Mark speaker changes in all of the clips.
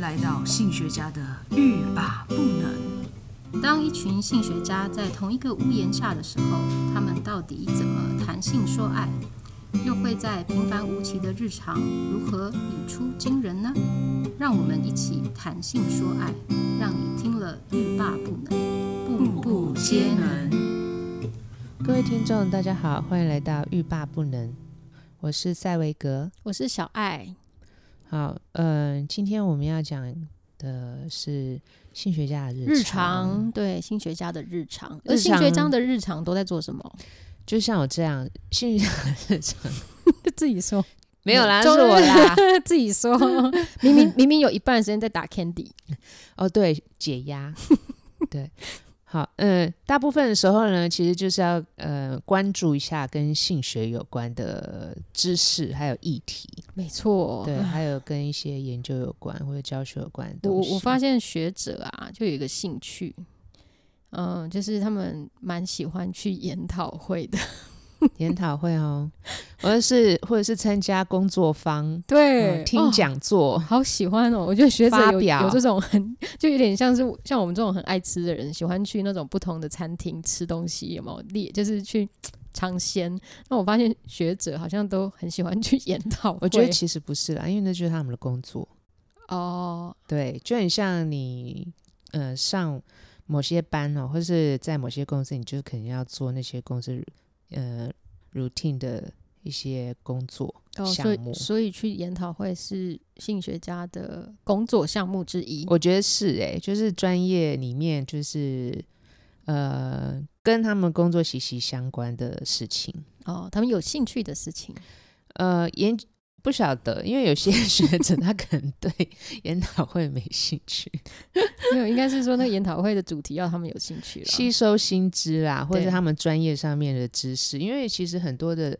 Speaker 1: 来到性学家的欲罢不能。
Speaker 2: 当一群性学家在同一个屋檐下的时候，他们到底怎么谈性说爱？又会在平凡无奇的日常如何语出惊人呢？让我们一起谈性说爱，让你听了欲罢不能，步步皆能。
Speaker 3: 各位听众，大家好，欢迎来到欲罢不能，我是塞维格。
Speaker 2: 我是小爱，
Speaker 3: 好，嗯、今天我们要讲的是性学家的日
Speaker 2: 日常对性学家的日常，而
Speaker 3: 日
Speaker 2: 性学家
Speaker 3: 常
Speaker 2: 的日常都在做什么？
Speaker 3: 就像我这样，性学家的日常
Speaker 2: 自己说，
Speaker 3: 没有啦，是
Speaker 2: 周
Speaker 3: 我啦。
Speaker 2: 自己说，明明明明有一半的时间在打 Candy，
Speaker 3: 哦，对，解压，对。好，嗯、大部分的时候呢，其实就是要呃关注一下跟性学有关的知识，还有议题，
Speaker 2: 没错，
Speaker 3: 对，还有跟一些研究有关或者教学有关的
Speaker 2: 我
Speaker 3: 东西。
Speaker 2: 我发现学者啊，就有一个兴趣，嗯，就是他们蛮喜欢去研讨会的。
Speaker 3: 研讨会哦，或者是或者是参加工作坊，
Speaker 2: 对哦
Speaker 3: 嗯、听、讲座，
Speaker 2: 好喜欢哦！我觉得学者
Speaker 3: 发
Speaker 2: 有
Speaker 3: 表
Speaker 2: 有这种很，就有点像是像我们这种很爱吃的人，喜欢去那种不同的餐厅吃东西，有没有？列就是去尝鲜。那我发现学者好像都很喜欢去研讨会。
Speaker 3: 我觉得其实不是啦，因为那就是他们的工作。
Speaker 2: 哦，
Speaker 3: 对，就很像你呃上某些班哦，或是在某些公司，你就可能要做那些公司呃 routine 的一些工作
Speaker 2: 哦
Speaker 3: 项
Speaker 2: 所以
Speaker 3: 目。
Speaker 2: 所以去研讨会是性学家的工作项目之一。
Speaker 3: 我觉得是诶、就是专业里面就是呃跟他们工作息息相关的事情。
Speaker 2: 哦，他们有兴趣的事情。
Speaker 3: 呃，研不晓得，因为有些 学者他可能对研讨会没兴趣，
Speaker 2: 没有，应该是说那个研讨会的主题要他们有兴趣了。
Speaker 3: 吸收新知啦，或者
Speaker 2: 对
Speaker 3: 是他们专业上面的知识，因为其实很多的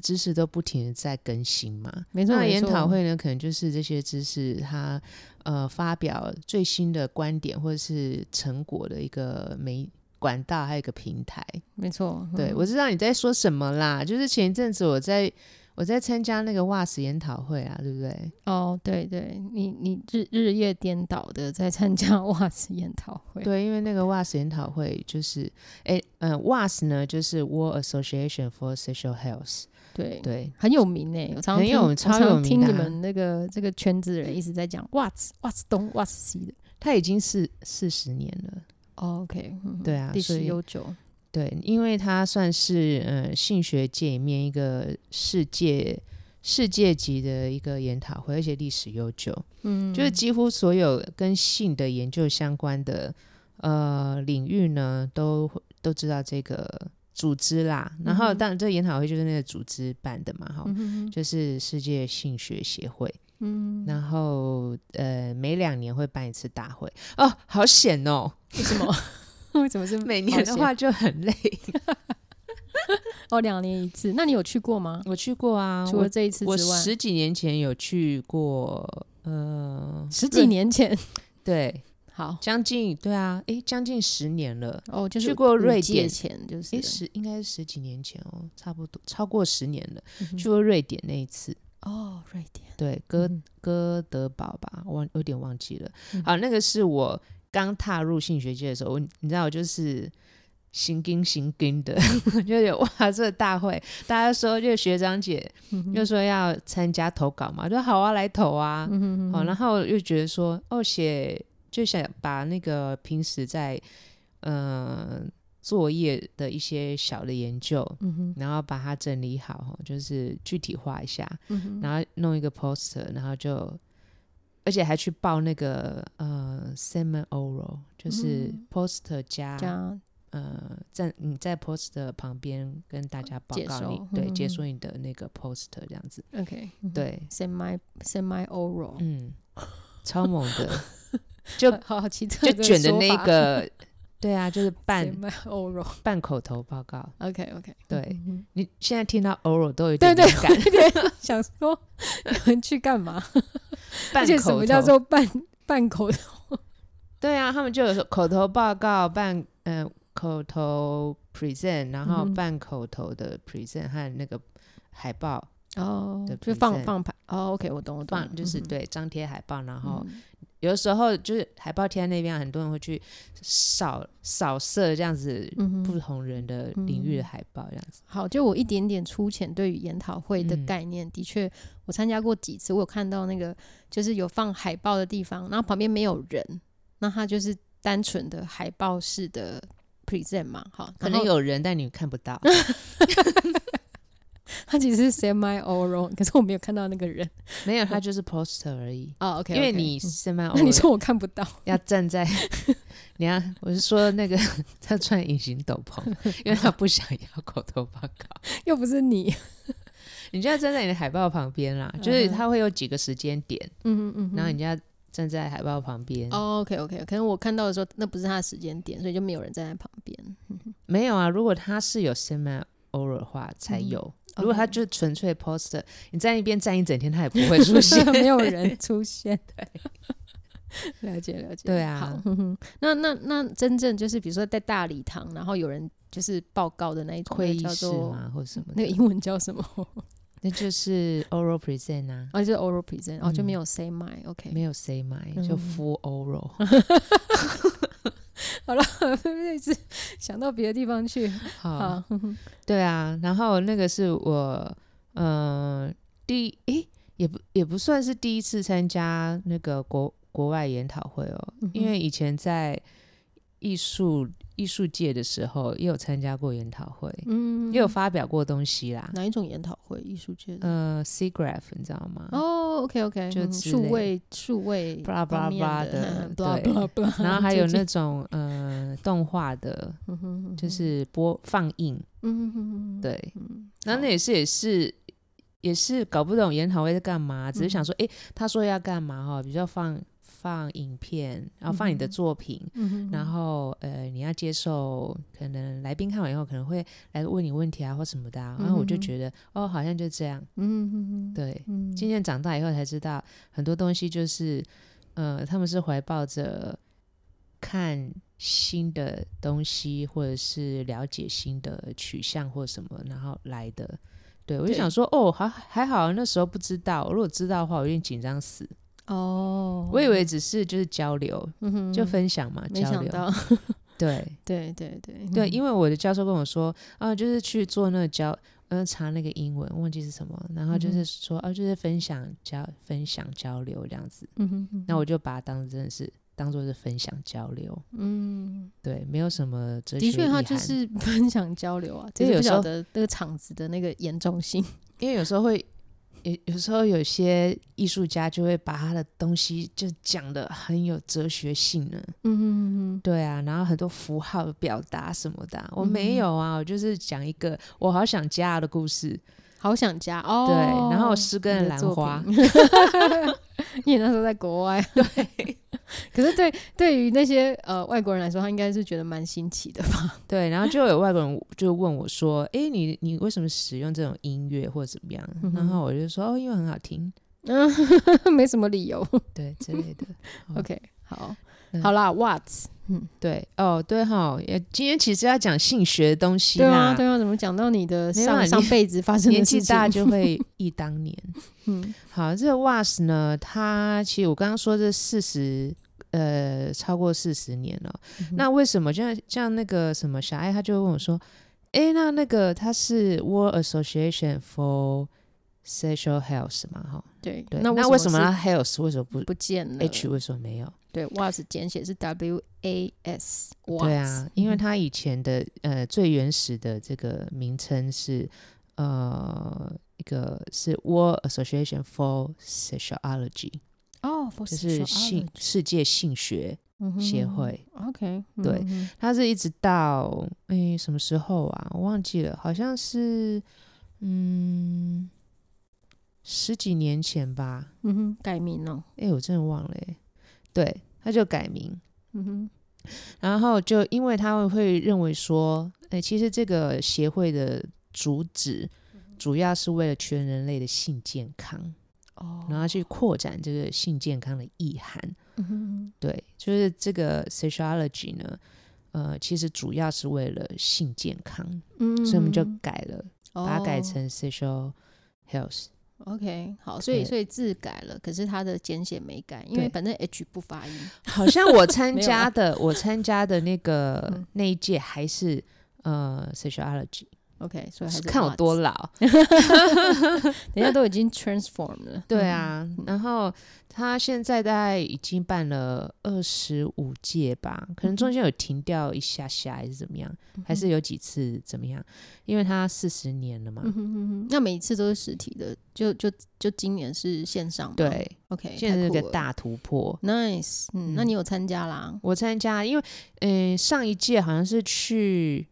Speaker 3: 知识都不停的在更新嘛。
Speaker 2: 没错，
Speaker 3: 那
Speaker 2: 没
Speaker 3: 研
Speaker 2: 错
Speaker 3: 讨会呢，可能就是这些知识它呃发表最新的观点或者是成果的一个媒管道，还有一个平台。
Speaker 2: 没错，嗯
Speaker 3: 对，我知道你在说什么啦，就是前一阵子我在我在参加那个 WAS 研讨会啊，对不对？
Speaker 2: 哦，对对，你你日日夜颠倒的在参加 袜子研讨会，
Speaker 3: 对，因为那个 WAS 研讨会就是，哎，嗯、w a s 呢就是 World Association for Sexual Health，
Speaker 2: 对
Speaker 3: 对，
Speaker 2: 很有名欸诶，我常常
Speaker 3: 很
Speaker 2: 听
Speaker 3: 有
Speaker 2: 我
Speaker 3: 超
Speaker 2: 常
Speaker 3: 有
Speaker 2: 常
Speaker 3: 名
Speaker 2: 听
Speaker 3: 的
Speaker 2: 你
Speaker 3: 啊
Speaker 2: 们那个这个圈子的人一直在讲袜子袜子东袜子西的。
Speaker 3: 它已经是四十年了，
Speaker 2: 哦 OK，嗯
Speaker 3: 对啊
Speaker 2: 历
Speaker 3: 所
Speaker 2: 史
Speaker 3: 以
Speaker 2: 悠久，
Speaker 3: 对，因为它算是呃性学界里面一个世界世界级的一个研讨会，而且历史悠久，
Speaker 2: 嗯，
Speaker 3: 就是几乎所有跟性的研究相关的呃领域呢，都都知道这个组织啦。然后，
Speaker 2: 嗯哼
Speaker 3: 当然这个研讨会就是那个组织办的嘛，哈、
Speaker 2: 嗯哼哼
Speaker 3: 就是世界性学协会，
Speaker 2: 嗯，
Speaker 3: 然后呃每两年会办一次大会哦，好险哦！
Speaker 2: 为什么？ 为什么是
Speaker 3: 每
Speaker 2: 好
Speaker 3: 年的
Speaker 2: 险
Speaker 3: 话就 很累。
Speaker 2: 哦两年一次？那你有去过吗？
Speaker 3: 我去过啊，
Speaker 2: 除了
Speaker 3: 我
Speaker 2: 这一次之
Speaker 3: 我
Speaker 2: 外，
Speaker 3: 十几年前有去过，呃，
Speaker 2: 十几
Speaker 3: 瑞
Speaker 2: 年前，
Speaker 3: 对，
Speaker 2: 好
Speaker 3: 将近对啊，诶，将近十年了，
Speaker 2: 哦，就是
Speaker 3: 去过
Speaker 2: 五
Speaker 3: 瑞
Speaker 2: 届
Speaker 3: 典
Speaker 2: 前就是
Speaker 3: 诶，
Speaker 2: 了
Speaker 3: 十应该是十几年前哦，差不多超过十年了。
Speaker 2: 嗯哼
Speaker 3: 去过瑞典那一次，
Speaker 2: 哦，瑞典，
Speaker 3: 对，哥
Speaker 2: 嗯
Speaker 3: 哥德堡吧，我忘有点忘记了
Speaker 2: 嗯。
Speaker 3: 好，那个是我刚踏入性学界的时候，我你知道我就是行经行经的， 就有哇这个大会，大家说就学长姐
Speaker 2: 嗯哼
Speaker 3: 又说要参加投稿嘛，我说好啊来投啊，
Speaker 2: 嗯哼哼
Speaker 3: 好，然后又觉得说哦写就想把那个平时在呃作业的一些小的研究。
Speaker 2: 嗯哼
Speaker 3: 然后把它整理好，就是具体化一下，
Speaker 2: 嗯哼，
Speaker 3: 然后弄一个 poster，然后就，而且还去报那个呃 semi oral，就是
Speaker 2: 嗯
Speaker 3: poster 加、
Speaker 2: 加
Speaker 3: 呃在你在 poster 旁边跟大家报
Speaker 2: 解
Speaker 3: 告
Speaker 2: 说
Speaker 3: 你对
Speaker 2: 嗯
Speaker 3: 解
Speaker 2: 嗯
Speaker 3: 说你的那个 poster 这样子，
Speaker 2: OK，
Speaker 3: 对，
Speaker 2: 嗯，semi semi oral，
Speaker 3: 嗯，超猛 的，就
Speaker 2: 好好奇特
Speaker 3: 就
Speaker 2: 的说法，
Speaker 3: 卷的那个， 对啊，就是半
Speaker 2: semi oral，OK
Speaker 3: 半口头报告，
Speaker 2: OK，
Speaker 3: 对
Speaker 2: 嗯
Speaker 3: 你现在听到 oral 都有
Speaker 2: 对
Speaker 3: 点
Speaker 2: 对，
Speaker 3: 敏 感，
Speaker 2: 我有点想说你们去干嘛？而
Speaker 3: 半
Speaker 2: 且
Speaker 3: 口
Speaker 2: 什么叫
Speaker 3: 头
Speaker 2: 做半半口头？
Speaker 3: 对啊，他们就有说口头报告办，嗯、口头 present，然后
Speaker 2: 嗯哼
Speaker 3: 办口头的 present 和那个海报
Speaker 2: 哦
Speaker 3: 的
Speaker 2: 就放
Speaker 3: present
Speaker 2: 放牌哦，OK，我懂我懂
Speaker 3: 放，
Speaker 2: 了，
Speaker 3: 就是
Speaker 2: 嗯哼，
Speaker 3: 对张贴海报，然后
Speaker 2: 嗯
Speaker 3: 有的时候就是海报贴在那边，很多人会去扫扫射这样子
Speaker 2: 嗯哼
Speaker 3: 不同人的领域的海报这样子。
Speaker 2: 好，就我一点点粗浅对于研讨会的
Speaker 3: 嗯
Speaker 2: 概念，的确，我参加过几次，我有看到那个就是有放海报的地方，然后旁边没有人，那它就是单纯的海报式的 present 嘛，哈，
Speaker 3: 可
Speaker 2: 然
Speaker 3: 能
Speaker 2: 后
Speaker 3: 有人，但你看不 到。
Speaker 2: 它其实是 semi oral，可是我没有看到那个人
Speaker 3: 没有，它就是 poster 而已。
Speaker 2: 哦，OK，,
Speaker 3: 因为你身 边，
Speaker 2: 那你说我看不到，
Speaker 3: 要站在，你要我是说那个 他穿隐形斗 篷，因为他不想要口头报告，
Speaker 2: 又不是你，
Speaker 3: 你就要站在你的海报旁边啦。就是它会有几个时间点，
Speaker 2: 嗯嗯嗯哼，
Speaker 3: 然后你就要站在海报旁边。
Speaker 2: 哦，OK OK，可能我看到的时候那不是他的时间点，所以就没有人站在旁边。
Speaker 3: 没有啊，如果他是有 semi oral 的话才
Speaker 2: 嗯
Speaker 3: 有。
Speaker 2: 哦
Speaker 3: 如果他就是纯粹 poster，你在那边站一整天，他也不会出现。
Speaker 2: 没有人出 现。对，了解了解。
Speaker 3: 对啊
Speaker 2: 好，哼哼那那那真正就是比如说在大礼堂，然后有人就是报告的那一种，那
Speaker 3: 会
Speaker 2: 个
Speaker 3: 议
Speaker 2: 叫
Speaker 3: 室
Speaker 2: 做
Speaker 3: 嘛，或什么
Speaker 2: 那
Speaker 3: 的，
Speaker 2: 个英文叫什么？
Speaker 3: 那就是 oral present 啊，
Speaker 2: 哦，就是 oral present，哦，就
Speaker 3: 嗯
Speaker 2: 没有 say my OK。嗯
Speaker 3: 没有 semi，就 full oral。
Speaker 2: 好了，一直想到别的地方去。
Speaker 3: 好，
Speaker 2: 好，哼哼
Speaker 3: 对啊，然后那个是我，呃，第诶、也不也不算是第一次参加那个国国外研讨会哦，
Speaker 2: 嗯
Speaker 3: 因为以前在艺术艺术界的时候也有参加过研讨会，
Speaker 2: 嗯
Speaker 3: 也有发表过东西啦。
Speaker 2: 哪一种研讨会？艺术界的？
Speaker 3: 呃，Cgraph 你知道吗？
Speaker 2: 哦，OK OK，
Speaker 3: 就之
Speaker 2: 数
Speaker 3: 类
Speaker 2: 位数位
Speaker 3: blah
Speaker 2: 方
Speaker 3: blah
Speaker 2: 面
Speaker 3: blah
Speaker 2: 的嗯
Speaker 3: 的
Speaker 2: blah
Speaker 3: 对
Speaker 2: blah blah，
Speaker 3: 然后还有
Speaker 2: 最近
Speaker 3: 那种呃动画的，
Speaker 2: 嗯哼哼
Speaker 3: 就是播放映，
Speaker 2: 嗯哼哼哼，
Speaker 3: 对，
Speaker 2: 嗯，
Speaker 3: 然后
Speaker 2: 好
Speaker 3: 那也是也是也是搞不懂研讨会在干嘛，只是
Speaker 2: 嗯
Speaker 3: 想说，诶，他说要干嘛哈、比如说放放影片，然后放你的作品，
Speaker 2: 嗯哼
Speaker 3: 然后呃你要接受可能来宾看完以后可能会来问你问题啊或什么的、啊，然后我
Speaker 2: 嗯
Speaker 3: 就
Speaker 2: 哼哼
Speaker 3: 觉得、哦好像就这样，
Speaker 2: 嗯哼哼，
Speaker 3: 对，
Speaker 2: 嗯
Speaker 3: 渐渐长大以后才知道很多东西就是呃他们是怀抱着看。新的东西，或者是了解新的取向或什么，然后来的，对我就
Speaker 2: 对
Speaker 3: 想说，哦，还还好，那时候不知道，如果知道的话，我有点紧张死。
Speaker 2: 哦，
Speaker 3: 我以为只是就是交流，
Speaker 2: 嗯哼
Speaker 3: 就分享嘛，
Speaker 2: 没
Speaker 3: 交
Speaker 2: 想
Speaker 3: 流。
Speaker 2: 到， 嗯
Speaker 3: 对
Speaker 2: 对对对
Speaker 3: 对，
Speaker 2: 为
Speaker 3: 因为我的教授跟我说，啊，就是去做那个交，嗯，查那个英文，忘记是什么，然后
Speaker 2: 嗯
Speaker 3: 就是说，啊，就是分享交分享交流这样子。
Speaker 2: 嗯哼哼，
Speaker 3: 那我就把它当真的是当做是分享交流，
Speaker 2: 嗯，
Speaker 3: 对，没有什么哲学
Speaker 2: 的确，他
Speaker 3: 意
Speaker 2: 就
Speaker 3: 涵
Speaker 2: 是 分享交流啊，只
Speaker 3: 因
Speaker 2: 是
Speaker 3: 为
Speaker 2: 不
Speaker 3: 有时
Speaker 2: 晓
Speaker 3: 候
Speaker 2: 得那个场子的那个严重 性，
Speaker 3: 因为有时候会，有有时候有些艺术家就会把他的东西就讲的很有哲学性呢。
Speaker 2: 嗯哼哼
Speaker 3: 对啊，然后很多符号的表达什么的啊、我没有啊，我就是讲一个我好想家的故事。
Speaker 2: 哼，好想家哦，
Speaker 3: 对，然后
Speaker 2: 是
Speaker 3: 十根兰花，
Speaker 2: 因为那时候在国外，对， 可是对对于那些呃外国人来说，他应该是觉得蛮新奇的吧，
Speaker 3: 对，然后就有外国人就问我说：“诶，你你为什么使用这种音乐或者怎么样？”然后我就说：“哦，因为很好听，
Speaker 2: 嗯，没什么理由
Speaker 3: 对之类的。哦
Speaker 2: ，OK，好
Speaker 3: 嗯。
Speaker 2: 好啦，What？”
Speaker 3: 对，哦，对哈，也今天其实要讲性学的东西
Speaker 2: 对
Speaker 3: 啦
Speaker 2: 啊，，对啊，怎么讲到你的
Speaker 3: 没有啊
Speaker 2: 上上
Speaker 3: 你
Speaker 2: 辈子发生
Speaker 3: 年
Speaker 2: 的
Speaker 3: 纪
Speaker 2: 事情？
Speaker 3: 大就会忆当年。
Speaker 2: 嗯
Speaker 3: 好，这个 WAS 呢，它其实我刚刚说这四十呃超过四十年了。
Speaker 2: 嗯
Speaker 3: 那为什么像像那个什么小爱，他就会问我说：“诶，那那个它是 World Association for Sexual Health 嘛？哈，
Speaker 2: 对，
Speaker 3: 对。
Speaker 2: 那
Speaker 3: 那
Speaker 2: 为
Speaker 3: 什
Speaker 2: 么
Speaker 3: 么它
Speaker 2: 是呃
Speaker 3: Health 为什么不
Speaker 2: 不见了
Speaker 3: H 为什么没有？
Speaker 2: 对，was 简写是 W A S。
Speaker 3: 对啊，因
Speaker 2: 嗯
Speaker 3: 为它以前的呃最原始的这个名称是呃一个是 World Association for Sexualogy，
Speaker 2: 哦，for
Speaker 3: 就是性
Speaker 2: sexuality
Speaker 3: 世界性学
Speaker 2: 嗯哼
Speaker 3: 协会。
Speaker 2: OK，
Speaker 3: 对
Speaker 2: 嗯哼
Speaker 3: 它是一直到诶什么时候啊？我忘记了，好像是嗯十几年前吧。
Speaker 2: 嗯哼，改名了，
Speaker 3: 诶，我真的忘了、诶对，它就改名，
Speaker 2: 嗯哼，
Speaker 3: 然后就因为他们会认为说，诶，其实这个协会的主旨
Speaker 2: 嗯
Speaker 3: 主要是为了全人类的性健康，
Speaker 2: 哦，
Speaker 3: 然后去扩展这个性健康的意涵。
Speaker 2: 嗯哼
Speaker 3: 对，就是这个 sexuality 呢，呃，其实主要是为了性健康，
Speaker 2: 嗯哼，
Speaker 3: 所以我们就改了，
Speaker 2: 哦
Speaker 3: 把它改成 sexual health。
Speaker 2: OK，好，所以
Speaker 3: 对
Speaker 2: 所以字改了，可是它的简写没改，因为
Speaker 3: 对
Speaker 2: 反正 H 不发音。
Speaker 3: 好像我参
Speaker 2: 没有
Speaker 3: 加
Speaker 2: 啦
Speaker 3: 的，我参加的那个、
Speaker 2: 嗯
Speaker 3: 那一届还是呃 sexuality，
Speaker 2: OK，所以还是
Speaker 3: 看我
Speaker 2: arts
Speaker 3: 多老。
Speaker 2: 人家都已经 transform 了。
Speaker 3: 对啊，
Speaker 2: 嗯
Speaker 3: 然后他现在大概已经办了二十五届吧，可能中间有停掉一下下还是怎么样，
Speaker 2: 嗯
Speaker 3: 还是有几次怎么样？因为他四十年了嘛，
Speaker 2: 嗯哼哼哼，那每一次都是实体的，就就就今年是线上嘛。
Speaker 3: 对，
Speaker 2: ，OK，
Speaker 3: 现在
Speaker 2: 太
Speaker 3: 有
Speaker 2: 酷
Speaker 3: 个
Speaker 2: 了
Speaker 3: 大突破。
Speaker 2: nice，嗯，那
Speaker 3: 嗯
Speaker 2: 你有参加啦？
Speaker 3: 我参加，因为嗯、呃上一届好像是去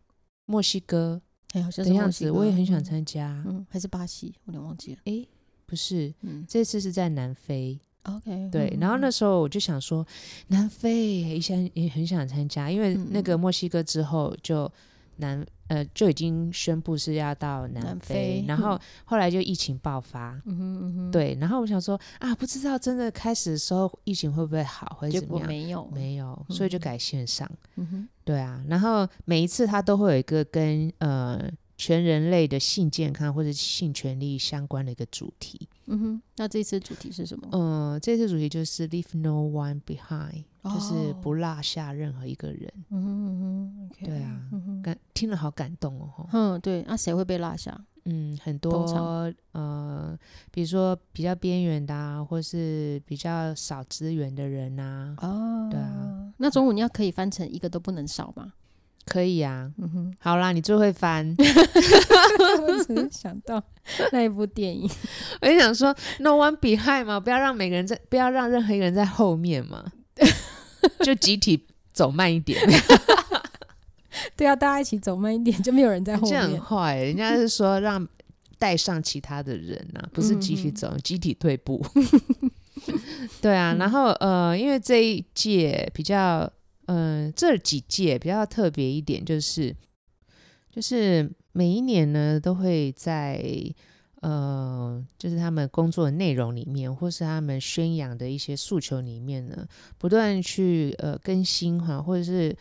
Speaker 3: 墨西哥
Speaker 2: 哎，好像
Speaker 3: 的
Speaker 2: 是墨
Speaker 3: 样
Speaker 2: 西
Speaker 3: 子，
Speaker 2: 哥
Speaker 3: 我也很想，参加。
Speaker 2: 嗯，还是巴西，我有点忘记了，
Speaker 3: 诶，不是，
Speaker 2: 嗯
Speaker 3: 这次是在南非。
Speaker 2: ，OK，嗯
Speaker 3: 对，然后那时候我就想说，南非也想也很想参加，因为
Speaker 2: 嗯
Speaker 3: 那个墨西哥之后就南呃就已经宣布是要到南非，
Speaker 2: 南非
Speaker 3: 然后后来就疫情爆发，
Speaker 2: 嗯哼嗯哼，
Speaker 3: 对，然后我想说啊，不知道真的开始的时候疫情会不会好，或者
Speaker 2: 结
Speaker 3: 怎
Speaker 2: 果
Speaker 3: 么样？
Speaker 2: 没有，，
Speaker 3: 没有，所以就改线上。
Speaker 2: 嗯哼，
Speaker 3: 对啊，然后每一次它都会有一个跟呃全人类的性健康或者性权利相关的一个主题。
Speaker 2: 嗯哼，那这次主题是什么？
Speaker 3: 嗯、这次主题就是 Leave No One Behind。就是
Speaker 2: 哦
Speaker 3: 不落下任何一个人。
Speaker 2: 嗯哼嗯哼，OK，
Speaker 3: 对啊
Speaker 2: 嗯哼，
Speaker 3: 感听了好感动哦。吼
Speaker 2: 嗯，对，那谁会被落下？
Speaker 3: 嗯，很
Speaker 2: 通
Speaker 3: 多呃，比如说比较边缘的啊，或是比较少资源的人啊，
Speaker 2: 哦，
Speaker 3: 对啊，
Speaker 2: 那中文要可以翻成一个都不能少吗？
Speaker 3: 可以啊。
Speaker 2: 嗯哼，
Speaker 3: 好啦，你最会翻。
Speaker 2: 我只是想到那一部电影，
Speaker 3: 我就想说，No one behind 嘛，不要让每个人在，不要让任何一个人在后面嘛， 就集体走慢一点。
Speaker 2: 对啊，大家一起走慢一点，就没有人在后
Speaker 3: 这样哦
Speaker 2: 面
Speaker 3: 很。坏、欸人家是说让带上其他的人呐、不是集体走，集体退步。对啊，然后呃，因为这一届比较，嗯、这几届比较特别一点，就是就是每一年呢都会在。呃，就是他们工作的内容里面，或是他们宣扬的一些诉求里面呢，不断去呃更新哈，或者是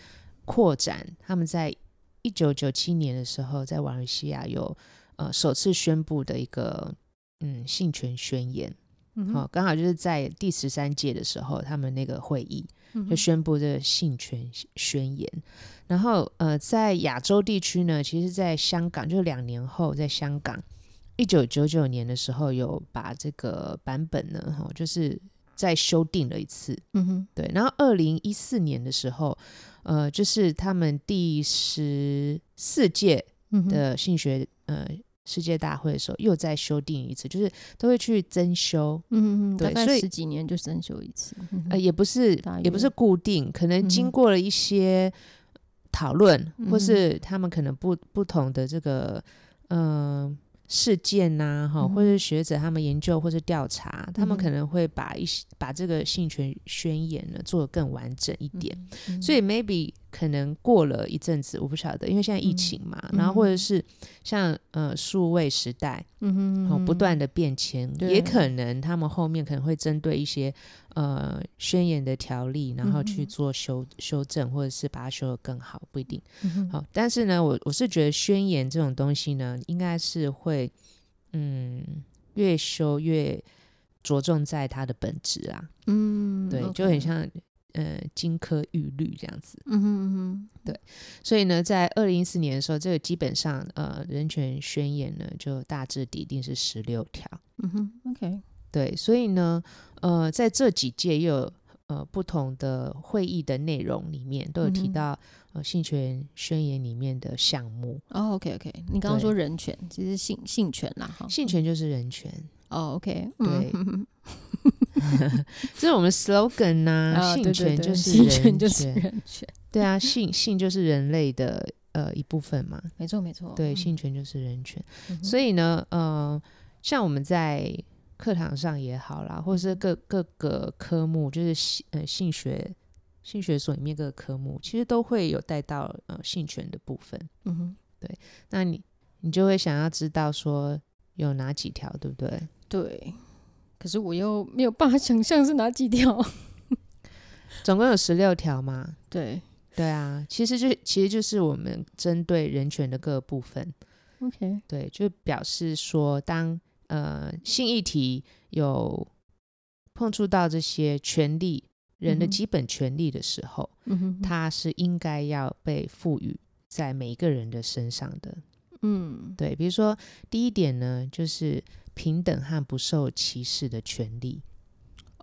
Speaker 3: 扩展他们在一九九七年的时候，在瓦伦西亚有呃首次宣布的一个嗯性权宣言，
Speaker 2: 嗯
Speaker 3: 好、，刚好就是在第十三届的时候，他们那个会议
Speaker 2: 嗯
Speaker 3: 就
Speaker 2: 哼
Speaker 3: 宣布这个性权宣言。然后呃，在亚洲地区呢，其实在香港，就两年后在香港。一九九九年的时候，有把这个版本呢，哈、就是再修订了一次，
Speaker 2: 嗯哼，
Speaker 3: 对，然后二零一四年的时候，呃，就是他们第十四届
Speaker 2: 嗯哼，
Speaker 3: 的性学、呃世界大会的时候，又再修订一次，就是都会去增修，
Speaker 2: 嗯嗯，大
Speaker 3: 对
Speaker 2: 概
Speaker 3: 所以
Speaker 2: 十几年就增修一次。嗯哼
Speaker 3: 呃，也不是
Speaker 2: 大
Speaker 3: 也不
Speaker 2: 约
Speaker 3: 是固定，可能
Speaker 2: 嗯
Speaker 3: 经过了一些讨论，
Speaker 2: 嗯
Speaker 3: 或
Speaker 2: 哼
Speaker 3: 是他们可能不不同的这个嗯。事件呐、哈，
Speaker 2: 嗯
Speaker 3: 或者学者他们研究或是调查，他
Speaker 2: 嗯
Speaker 3: 们
Speaker 2: 哼
Speaker 3: 可能会把一些把这个性权宣言呢做得更完整一点。
Speaker 2: 嗯
Speaker 3: 所以 maybe 可能过了一阵子，我不晓得，因为现在疫情嘛，
Speaker 2: 嗯
Speaker 3: 然后或者是像呃数位时代，
Speaker 2: 嗯哼嗯
Speaker 3: 哦
Speaker 2: 哼，
Speaker 3: 不断的变迁，
Speaker 2: 对
Speaker 3: 也可能他们后面可能会针对一些呃宣言的条例，然后
Speaker 2: 嗯
Speaker 3: 去做修修正，或者是把它修得更好，不一定。
Speaker 2: 嗯哼
Speaker 3: 好、但是呢，我我是觉得宣言这种东西呢，应该是会嗯越修越着重在它的本质啊，
Speaker 2: 嗯，
Speaker 3: 对
Speaker 2: OK
Speaker 3: 就很像。呃，金科玉律这样子，
Speaker 2: 嗯哼嗯
Speaker 3: 所以呢，在二零一四年的时候，这个基本上呃人权宣言呢，就大致底定是十六条。
Speaker 2: 哼嗯哼，OK，
Speaker 3: 对，所以呢，呃，在这几届又有呃不同的会议的内容里面，都有
Speaker 2: 嗯
Speaker 3: 提
Speaker 2: 哼
Speaker 3: 到、呃性权宣言里面的项目，
Speaker 2: 哦 OK OK，你刚刚
Speaker 3: 对
Speaker 2: 说人权，其实性性权啦哈，
Speaker 3: 性权就是人权，
Speaker 2: 哦 OK，
Speaker 3: 对
Speaker 2: 嗯哼
Speaker 3: 这是我们 slogan 呐、
Speaker 2: 啊对
Speaker 3: 性
Speaker 2: 对
Speaker 3: 权
Speaker 2: 对
Speaker 3: 就是
Speaker 2: 性
Speaker 3: 人
Speaker 2: 权就是人权，
Speaker 3: 对啊，性性就是人类的呃一部分嘛，
Speaker 2: 没错没错，
Speaker 3: 对，
Speaker 2: 嗯
Speaker 3: 性权就是人权。
Speaker 2: 嗯哼
Speaker 3: 所以呢，呃，像我们在课堂上也好啦，或
Speaker 2: 嗯
Speaker 3: 是各各个科目，就是性呃性学性学所里面各个科目，其实都会有带到呃性权的部分。
Speaker 2: 嗯哼，
Speaker 3: 那你你就会想要知道说有哪几条，对不对？
Speaker 2: 对。可是我又没有办法想象是哪几条，
Speaker 3: 总共有十六条嘛。
Speaker 2: 对
Speaker 3: 对啊，其实就其实就是我们针对人权的各个部分，
Speaker 2: ，OK，
Speaker 3: 对，就表示说，当呃性议题有碰触到这些权利、人的
Speaker 2: 嗯哼
Speaker 3: 基本权利的时候，
Speaker 2: 嗯哼，
Speaker 3: 它是应该要被赋予在每一个人的身上的。
Speaker 2: 嗯
Speaker 3: 对，比如说第一点呢，就是平等和不受歧视的权利。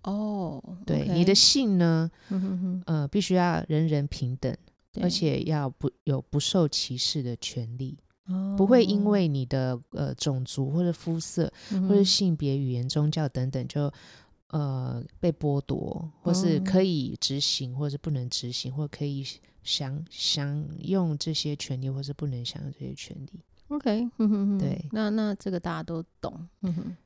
Speaker 2: 哦，
Speaker 3: 对
Speaker 2: OK
Speaker 3: 你的性呢，
Speaker 2: 嗯哼哼，
Speaker 3: 呃，必须要人人平等，而
Speaker 2: 对
Speaker 3: 且要不有不受歧视的权利，不会因
Speaker 2: 哦
Speaker 3: 为你的呃种族或者肤色
Speaker 2: 嗯
Speaker 3: 或者
Speaker 2: 哼
Speaker 3: 性别、语言、宗教等等就。呃，被剥夺，或是可以执行，或是不能执行，或可以享享用这些权利，或是不能享用这些权利。
Speaker 2: OK，嗯哼哼，
Speaker 3: 对
Speaker 2: 那那这个大家都懂，嗯哼，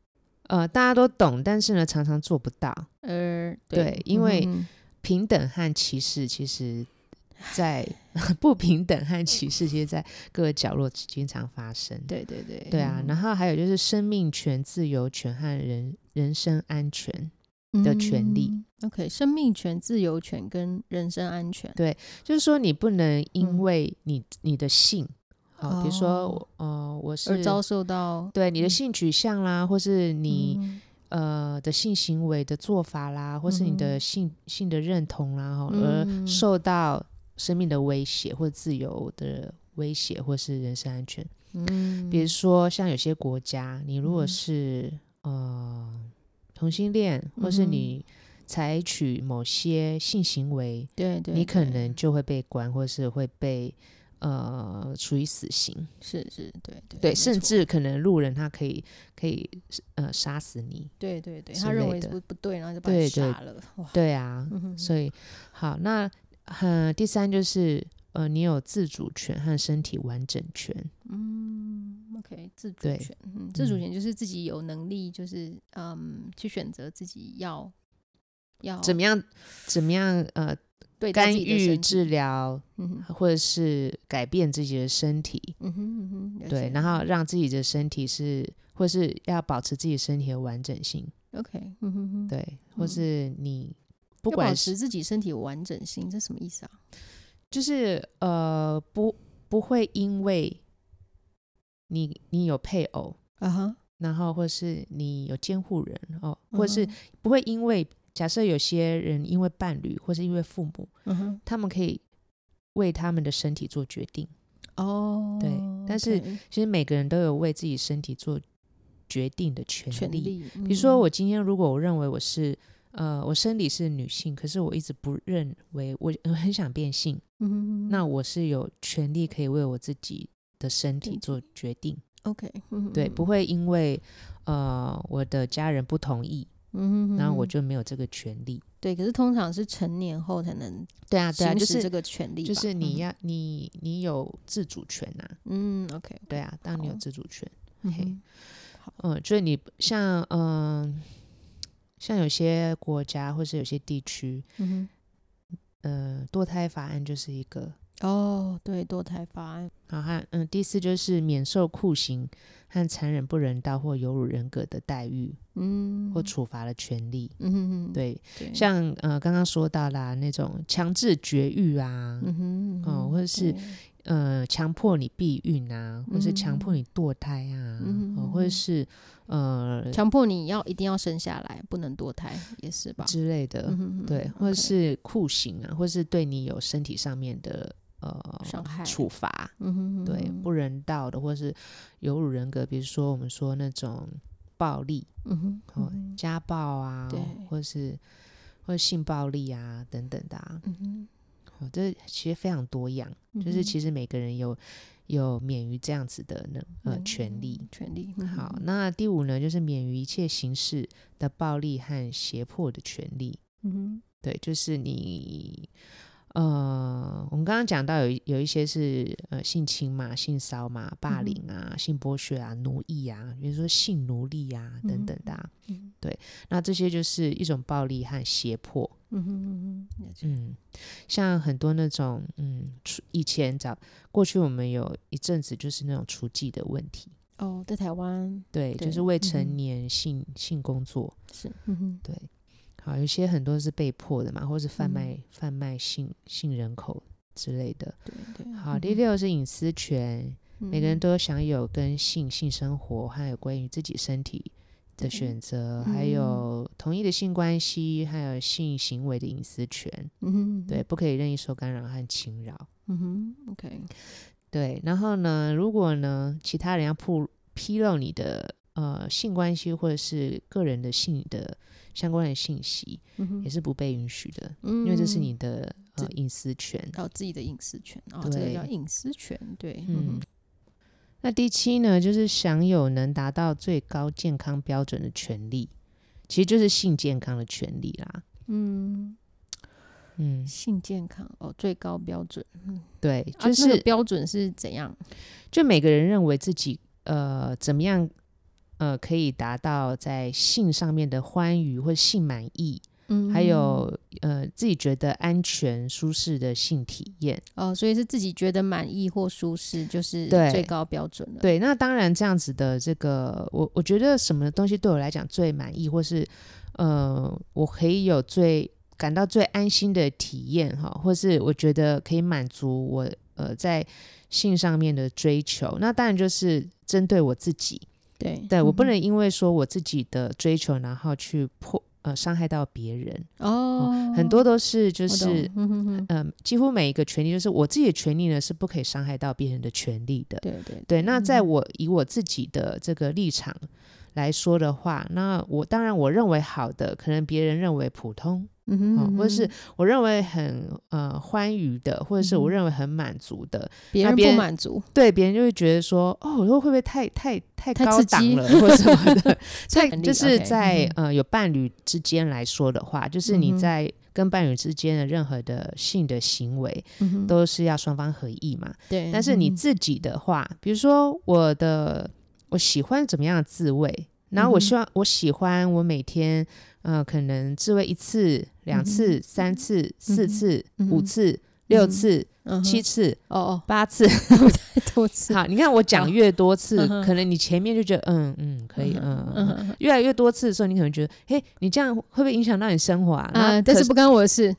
Speaker 3: 呃，大家都懂，但是呢，常常做不到。
Speaker 2: 呃，
Speaker 3: 对因为
Speaker 2: 嗯哼
Speaker 3: 平等和歧视，其实在 不平等和歧视，其实在各个角落经常发生。
Speaker 2: 哼对对对，
Speaker 3: 对啊，
Speaker 2: 嗯
Speaker 3: 然后还有就是生命权、自由权和人人身安全，的权利
Speaker 2: 嗯 OK，生命权、自由权跟人身安全。
Speaker 3: 就是说你不能
Speaker 2: 嗯
Speaker 3: 因为你、你的性，好、比如说
Speaker 2: 哦
Speaker 3: 我呃我
Speaker 2: 而
Speaker 3: 是
Speaker 2: 遭受到
Speaker 3: 对你的
Speaker 2: 嗯
Speaker 3: 性取向啦，或是你、
Speaker 2: 嗯
Speaker 3: 呃的性行为的做法啦，或是你
Speaker 2: 嗯
Speaker 3: 的
Speaker 2: 哼
Speaker 3: 性、性的认同啦，吼
Speaker 2: 嗯
Speaker 3: 哦而受到生命的威胁或自由的威胁，或是人身安全。
Speaker 2: 嗯，
Speaker 3: 比如说，像有些国家，你
Speaker 2: 嗯
Speaker 3: 如果
Speaker 2: 哼
Speaker 3: 是、呃同性恋，或是
Speaker 2: 嗯哼
Speaker 3: 你采取某些性行为，
Speaker 2: 对对，
Speaker 3: 你可
Speaker 2: 对
Speaker 3: 能就会被关，或是会被呃处以死刑。
Speaker 2: 是是，对对
Speaker 3: 对，
Speaker 2: 没
Speaker 3: 甚
Speaker 2: 错
Speaker 3: 至可能路人他可以可以呃杀死你。
Speaker 2: 对对对，
Speaker 3: 之
Speaker 2: 他认
Speaker 3: 类
Speaker 2: 为是
Speaker 3: 的
Speaker 2: 不不对，然后就把你
Speaker 3: 对对
Speaker 2: 杀了，哇，
Speaker 3: 对啊，
Speaker 2: 嗯哼
Speaker 3: 所以好，那呃，第三就是呃，你有自主权和身体完整权，
Speaker 2: 嗯，OK，自主
Speaker 3: 对
Speaker 2: 权，嗯，自主
Speaker 3: 嗯
Speaker 2: 权就是自己有能力，就是嗯，去选择自己要要
Speaker 3: 怎么样？怎么样？呃，
Speaker 2: 哦对待
Speaker 3: 干
Speaker 2: 自己的
Speaker 3: 预
Speaker 2: 身体
Speaker 3: 治，疗
Speaker 2: 嗯哼
Speaker 3: 或者是改变自己的身体，
Speaker 2: 嗯哼嗯哼，了
Speaker 3: 对
Speaker 2: 解，
Speaker 3: 然后让自己的身体是，或是要保持自己身体的完整性，
Speaker 2: OK，嗯哼哼，
Speaker 3: 对，或
Speaker 2: 嗯
Speaker 3: 是你不
Speaker 2: 要
Speaker 3: 管
Speaker 2: 保
Speaker 3: 是
Speaker 2: 持自己身体完整性，这什么意思啊？
Speaker 3: 就是呃，不不会因为你你有配偶。
Speaker 2: 啊哈，
Speaker 3: 然后或是你有监护人哦，
Speaker 2: 嗯
Speaker 3: 或是
Speaker 2: 哼
Speaker 3: 不会因为假设有些人因为伴侣或是因为父母，
Speaker 2: 嗯哼，
Speaker 3: 他们可以为他们的身体做决定。
Speaker 2: 哦，
Speaker 3: 对但是
Speaker 2: OK，
Speaker 3: 其实每个人都有为自己身体做决定的权利。
Speaker 2: 权嗯利，比
Speaker 3: 比如说，我今天如果我认为我是呃我生理是女性，可是我一直不认为我我很想变性，
Speaker 2: 嗯，
Speaker 3: 那我是有权利可以为我自己的身体做决定。
Speaker 2: OK，嗯，
Speaker 3: 对，不
Speaker 2: 会，
Speaker 3: 会因为呃我的家人不同意。
Speaker 2: 嗯哼，
Speaker 3: 然后我
Speaker 2: 嗯
Speaker 3: 就没有这个权利。
Speaker 2: 对，可是通常是成年后才能
Speaker 3: 对啊，对啊，
Speaker 2: 行
Speaker 3: 就
Speaker 2: 使这
Speaker 3: 是
Speaker 2: 个权利吧，
Speaker 3: 就是你
Speaker 2: 嗯，
Speaker 3: 要你你有自主权呐、
Speaker 2: 嗯，OK，
Speaker 3: 对啊，当你有
Speaker 2: 好
Speaker 3: 自主权，
Speaker 2: 嗯
Speaker 3: 嘿
Speaker 2: 哼
Speaker 3: 嗯，就是你像嗯、像有些国家或是有些地区，
Speaker 2: 嗯
Speaker 3: 呃，堕胎法案就是一个。
Speaker 2: 哼，哦，对，堕胎法案，
Speaker 3: 然后还嗯，第四就是免受酷刑和残忍、不人道或有辱人格的待遇
Speaker 2: 嗯，
Speaker 3: 或处罚的权利。
Speaker 2: 嗯哼哼，
Speaker 3: 对，
Speaker 2: 对，
Speaker 3: 像呃刚刚说到啦，那种强制绝育啊，
Speaker 2: 嗯哼，嗯
Speaker 3: 哦
Speaker 2: 哼
Speaker 3: 或者是
Speaker 2: 对
Speaker 3: 呃，强迫你避孕啊，或是强迫
Speaker 2: 嗯
Speaker 3: 你堕胎啊，
Speaker 2: 嗯
Speaker 3: 哦或者是呃
Speaker 2: 强迫你要一定要生下来，不能堕胎，也是吧？
Speaker 3: 之类的，
Speaker 2: 嗯哼哼
Speaker 3: 对，或者
Speaker 2: OK
Speaker 3: 是酷刑啊，或是对你有身体上面的呃
Speaker 2: 伤害
Speaker 3: 处罚，
Speaker 2: 嗯哼哼
Speaker 3: 对，
Speaker 2: 哼
Speaker 3: 不人道的，或是有辱人格，比如说我们说那种暴力、
Speaker 2: 嗯哼，
Speaker 3: 哦家暴啊
Speaker 2: 对，
Speaker 3: 或是或是性暴力啊等等的啊，
Speaker 2: 嗯哼，
Speaker 3: 哦，这其实非常多样，
Speaker 2: 嗯
Speaker 3: 就是其实每个人有有免于这样子的能呃权利。
Speaker 2: 嗯权利嗯
Speaker 3: 好，，那第五呢，就是免于一切形式的暴力和胁迫的权利。
Speaker 2: 嗯哼
Speaker 3: 对，就是你，呃，我们刚刚讲到有一有一些是呃性侵嘛、性骚嘛、
Speaker 2: 嗯
Speaker 3: 霸
Speaker 2: 哼
Speaker 3: 凌啊、性剥削啊、奴役啊，比如说性奴隶啊等等的啊、
Speaker 2: 嗯
Speaker 3: 那这些就是一种暴力和胁迫。
Speaker 2: 嗯哼嗯哼，了解
Speaker 3: 嗯，像很多那种嗯，除以前早过去我们有一阵子就是那种除妓的问题。
Speaker 2: 哦，在台湾
Speaker 3: 对，就
Speaker 2: 对
Speaker 3: 是未
Speaker 2: 嗯哼
Speaker 3: 成年性、性工作，
Speaker 2: 是，嗯哼，
Speaker 3: 对，好，有些很多是被迫的嘛，或是贩
Speaker 2: 嗯
Speaker 3: 卖、贩卖性性人口之类的。
Speaker 2: 对对，
Speaker 3: 好，第六是隐私权，每个人
Speaker 2: 嗯
Speaker 3: 都享有跟性、性生活还有关于自己身体的选择，还
Speaker 2: 嗯
Speaker 3: 有同一的性关系，还有性行为的隐私权，
Speaker 2: 嗯哼，
Speaker 3: 对，，不可以任意受干扰和侵扰。
Speaker 2: 嗯哼，OK，
Speaker 3: 对，然后呢，如果呢其他人要曝披露你的呃性关系或者是个人的性的相关的信息，
Speaker 2: 嗯
Speaker 3: 也
Speaker 2: 哼，
Speaker 3: 是不被允许的，
Speaker 2: 因
Speaker 3: 因为这是
Speaker 2: 嗯
Speaker 3: 你的呃
Speaker 2: 这
Speaker 3: 隐私权。
Speaker 2: 到哦自己的隐私权哦，这个
Speaker 3: 对
Speaker 2: 叫隐私权，对，
Speaker 3: 嗯
Speaker 2: 嗯，
Speaker 3: 那第七呢，就是享有能达到最高健康标准的权利，其实就是性健康的权利啦。
Speaker 2: 嗯，
Speaker 3: 嗯，
Speaker 2: 性健康哦，最高标准，
Speaker 3: 对，
Speaker 2: 啊
Speaker 3: 就
Speaker 2: 那
Speaker 3: 是、
Speaker 2: 个标准是怎样？
Speaker 3: 就每个人认为自己呃怎么样呃可以达到在性上面的欢愉或性满意，
Speaker 2: 嗯
Speaker 3: 还有呃自己觉得安全舒适的性体验。
Speaker 2: 哦，所以是自己觉得满意或舒适，就是
Speaker 3: 嗯对
Speaker 2: 最高标准了。
Speaker 3: 对，那当然这样子的这个，我我觉得什么东西对我来讲最满意，或是呃我可以有最感到最安心的体验哈，或是我觉得可以满足我呃在性上面的追求，那当然就是针对我自己。
Speaker 2: 对
Speaker 3: 对我不
Speaker 2: 嗯
Speaker 3: 能因为说我自己的追求，然后去破呃伤害到别人。
Speaker 2: 哦，
Speaker 3: 很多都是就
Speaker 2: 我懂
Speaker 3: 是，
Speaker 2: 嗯哼哼，
Speaker 3: 嗯、几乎每一个权利，就是我自己的权利呢是不可以伤害到别人的权利的。
Speaker 2: 对对
Speaker 3: 对，那在
Speaker 2: 嗯
Speaker 3: 我以我自己的这个立场来说的话，那我当然我认为好的，可能别人认为普通，
Speaker 2: 嗯哼
Speaker 3: 哦
Speaker 2: 嗯哼，
Speaker 3: 或者是我认为很呃欢愉的，或者是
Speaker 2: 嗯
Speaker 3: 我
Speaker 2: 哼
Speaker 3: 认为很满足的，
Speaker 2: 别
Speaker 3: 那
Speaker 2: 人
Speaker 3: 别
Speaker 2: 不
Speaker 3: 人
Speaker 2: 满足，
Speaker 3: 对别人就会觉得说，哦，我会不会太太太
Speaker 2: 太
Speaker 3: 高
Speaker 2: 刺
Speaker 3: 档
Speaker 2: 激
Speaker 3: 了，或什 么的？
Speaker 2: 这
Speaker 3: 在
Speaker 2: 很
Speaker 3: 就
Speaker 2: 厉
Speaker 3: 是
Speaker 2: OK，
Speaker 3: 在
Speaker 2: 嗯
Speaker 3: 呃有伴侣之间来说的话，就是
Speaker 2: 嗯
Speaker 3: 你
Speaker 2: 哼
Speaker 3: 在跟伴侣之间的任何的性的行为，
Speaker 2: 嗯哼
Speaker 3: 都是要双方合意嘛。
Speaker 2: 对，
Speaker 3: 但是你
Speaker 2: 嗯
Speaker 3: 自己的话，比如说我的我喜欢怎么样的自慰，然后我
Speaker 2: 嗯哼
Speaker 3: 希望我喜欢我每天呃可能自慰一次、两次、三次、
Speaker 2: 嗯
Speaker 3: 四
Speaker 2: 哼
Speaker 3: 次、
Speaker 2: 嗯
Speaker 3: 五
Speaker 2: 哼
Speaker 3: 次、
Speaker 2: 嗯
Speaker 3: 六
Speaker 2: 哼
Speaker 3: 次、
Speaker 2: 嗯
Speaker 3: 七
Speaker 2: 哼
Speaker 3: 次、
Speaker 2: 哦哦，
Speaker 3: 八次。
Speaker 2: 多次，
Speaker 3: 好，你看我讲
Speaker 2: 好
Speaker 3: 越多次，
Speaker 2: 嗯哼
Speaker 3: 可能你前面就觉得嗯嗯可以，嗯
Speaker 2: 嗯
Speaker 3: 嗯嗯
Speaker 2: 哼嗯
Speaker 3: 越来越多次的时候，你可能觉得，嘿，你这样会不会影响到你生活啊？
Speaker 2: 啊，
Speaker 3: 那
Speaker 2: 但
Speaker 3: 可
Speaker 2: 是不干我的事，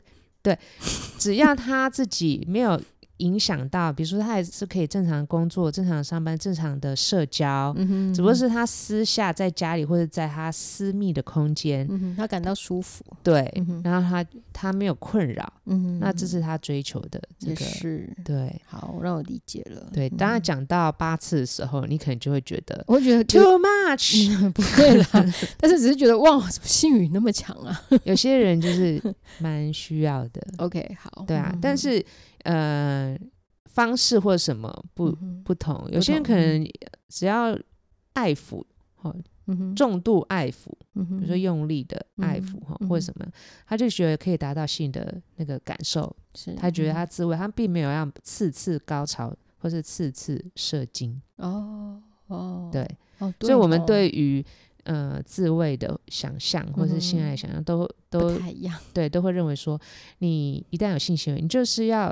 Speaker 3: 只要他自己没有影响到，比如说他还是可以正常工作、正常上班、正常的社交，
Speaker 2: 嗯哼，
Speaker 3: 只不过是他私下在家里或者在他私密的空间，
Speaker 2: 嗯哼，他感到舒服，
Speaker 3: 对，
Speaker 2: 嗯哼
Speaker 3: 然后他他没有困扰，
Speaker 2: 嗯哼，
Speaker 3: 那这是他追求的这
Speaker 2: 也
Speaker 3: 个，
Speaker 2: 是
Speaker 3: 对
Speaker 2: 好，让我理解了，
Speaker 3: 对。当
Speaker 2: 嗯
Speaker 3: 然讲到八次的时候，你可能就会觉 得
Speaker 2: 我会觉得有
Speaker 3: too much，
Speaker 2: 不 会 啦，但是只是觉得哇，怎么性欲那么强啊
Speaker 3: 有些人就是蛮需要的，
Speaker 2: ？OK，好，
Speaker 3: 对啊
Speaker 2: 嗯，
Speaker 3: 但是呃，方式或什么不
Speaker 2: 嗯哼
Speaker 3: 不同，有些人可能只要爱抚，
Speaker 2: 嗯哼，
Speaker 3: 重度爱抚，
Speaker 2: 嗯哼
Speaker 3: 比如说用力的爱抚
Speaker 2: 嗯
Speaker 3: 哈，
Speaker 2: 嗯
Speaker 3: 或者什么，他就觉得可以达到性的那个感受，
Speaker 2: 是
Speaker 3: 他觉得他自慰，他并没有要次次高潮或是次次射精，
Speaker 2: 哦哦，
Speaker 3: 对，
Speaker 2: 哦，
Speaker 3: 所以我们
Speaker 2: 哦
Speaker 3: 对于。呃，自慰的想象或是性爱的
Speaker 2: 嗯
Speaker 3: 想象，都
Speaker 2: 不
Speaker 3: 都
Speaker 2: 太一样，
Speaker 3: 对，都会认为说，你一旦有性行为，你就是要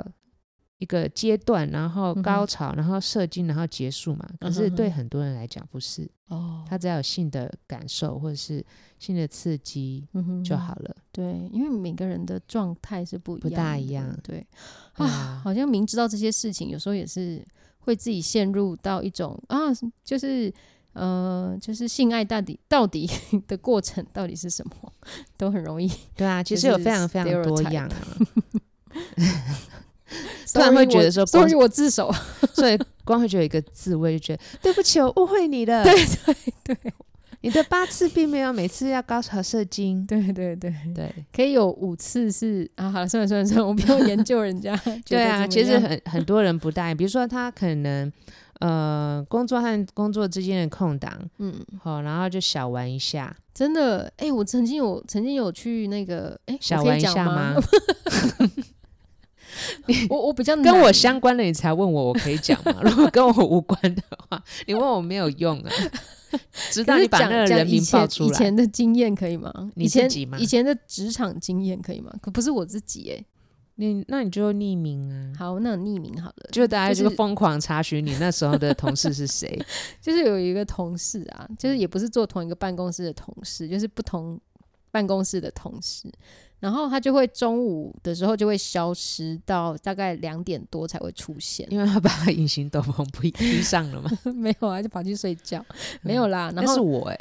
Speaker 3: 一个阶段，然后
Speaker 2: 嗯哼
Speaker 3: 高潮，然后射精，然后结束嘛。可是
Speaker 2: 嗯哼
Speaker 3: 对
Speaker 2: 哼
Speaker 3: 很多人来讲，不是，
Speaker 2: 哦，
Speaker 3: 他只要有性的感受或者是性的刺激
Speaker 2: 嗯哼
Speaker 3: 就
Speaker 2: 哼
Speaker 3: 好了。
Speaker 2: 对，因为每个人的状态是不一
Speaker 3: 不
Speaker 2: 样的，
Speaker 3: 大一样
Speaker 2: 对
Speaker 3: 对
Speaker 2: 啊
Speaker 3: 啊，
Speaker 2: 好像明知道这些事情，有时候也是会自己陷入到一种啊，就是呃，就是性爱到底到底 的过程到底是什么， 都很容易。
Speaker 3: 对啊，其
Speaker 2: 就
Speaker 3: 实有
Speaker 2: 是
Speaker 3: 非常非常多
Speaker 2: stereotype
Speaker 3: 样啊。 突然会觉得说
Speaker 2: sorry，我 sorry，我自首。
Speaker 3: 所以光会觉得有一个自慰，就觉得对不起，我误会你了。
Speaker 2: 对对对
Speaker 3: 你的八次并没有每次要高潮射精。
Speaker 2: 对对对，
Speaker 3: 对
Speaker 2: 可以有五次是啊，好了，算了算了算了，我不用研究人 家觉得
Speaker 3: 对啊，
Speaker 2: 怎么
Speaker 3: 其实
Speaker 2: 样
Speaker 3: 很很多人不答应，比如说他可能呃工作和工作之间的空档，
Speaker 2: 嗯，
Speaker 3: 好、然后就小玩一下，
Speaker 2: 真的，哎、我曾经有曾经有去那个，哎、我
Speaker 3: 小
Speaker 2: 可以
Speaker 3: 玩一
Speaker 2: 讲
Speaker 3: 下吗？
Speaker 2: 我我比较
Speaker 3: 跟我
Speaker 2: 难
Speaker 3: 相关的你才问我，我可以讲吗？如果跟我无关的话，你问我没有用啊。直
Speaker 2: 可
Speaker 3: 到
Speaker 2: 是
Speaker 3: 你把
Speaker 2: 讲
Speaker 3: 那个
Speaker 2: 讲
Speaker 3: 人
Speaker 2: 以
Speaker 3: 名报
Speaker 2: 前
Speaker 3: 出
Speaker 2: 以
Speaker 3: 来，
Speaker 2: 前的经验可以吗？
Speaker 3: 你
Speaker 2: 以前
Speaker 3: 自己吗
Speaker 2: 以前的职场经验可以吗？可不是我自己哎、
Speaker 3: 你那你就匿名啊，
Speaker 2: 好，那匿名好了。
Speaker 3: 就大家
Speaker 2: 就
Speaker 3: 就是疯狂查询你那时候的同事是谁，
Speaker 2: 就是有一个同事啊，
Speaker 3: 嗯
Speaker 2: 就是也不是做同一个办公室的同事，就是不同办公室的同事。然后他就会中午的时候就会消失到大概两点多才会出现，
Speaker 3: 因为他把隐形斗篷披披上了嘛。
Speaker 2: 没有啊，就跑去睡觉，没有啦。然
Speaker 3: 那
Speaker 2: 后
Speaker 3: 是我哎、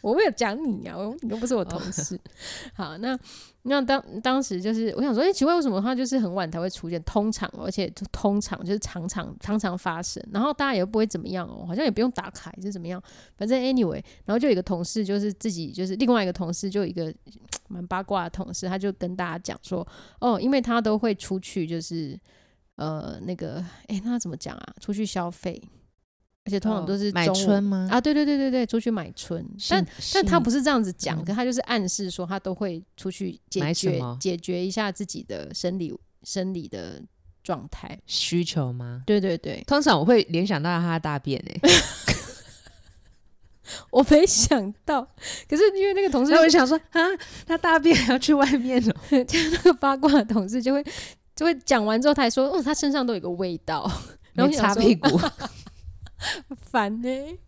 Speaker 2: 我没有讲你啊，我你又不是我同事。
Speaker 3: 哦
Speaker 2: 好，那那当当时就是我想说，哎、奇怪，为什么他就是很晚才会出现？通常哦，而且就通常就是常常常常发生，然后大家也不会怎么样哦，好像也不用打卡还是怎么样，反正 anyway，然后就有一个同事就是自己就是另外一个同事就有一个蛮八卦的同事，他就跟大家讲说，哦，因为他都会出去就是呃那个，哎、那怎么讲啊？出去消费。而且通常都是
Speaker 3: 哦买
Speaker 2: 中午
Speaker 3: 春吗？
Speaker 2: 啊，对对对对对，出去买春，但但他不
Speaker 3: 是
Speaker 2: 是这样子讲，
Speaker 3: 嗯
Speaker 2: 可他就是暗示说他都会出去解
Speaker 3: 买什
Speaker 2: 决
Speaker 3: 么
Speaker 2: 解决一下自己的生理生理的状态。
Speaker 3: 需求吗？
Speaker 2: 对对对，
Speaker 3: 通常我会联想到他的大便哎、
Speaker 2: 我没想到，可是因为那个同事
Speaker 3: 所以我 就想说啊，他大便还要去外面哦、
Speaker 2: 那个八卦的同事就会就会讲完之后，他还说，哦，他身上都有一个味道， 然后
Speaker 3: 没
Speaker 2: 我
Speaker 3: 擦
Speaker 2: 想说
Speaker 3: 屁股，
Speaker 2: 烦呢、欸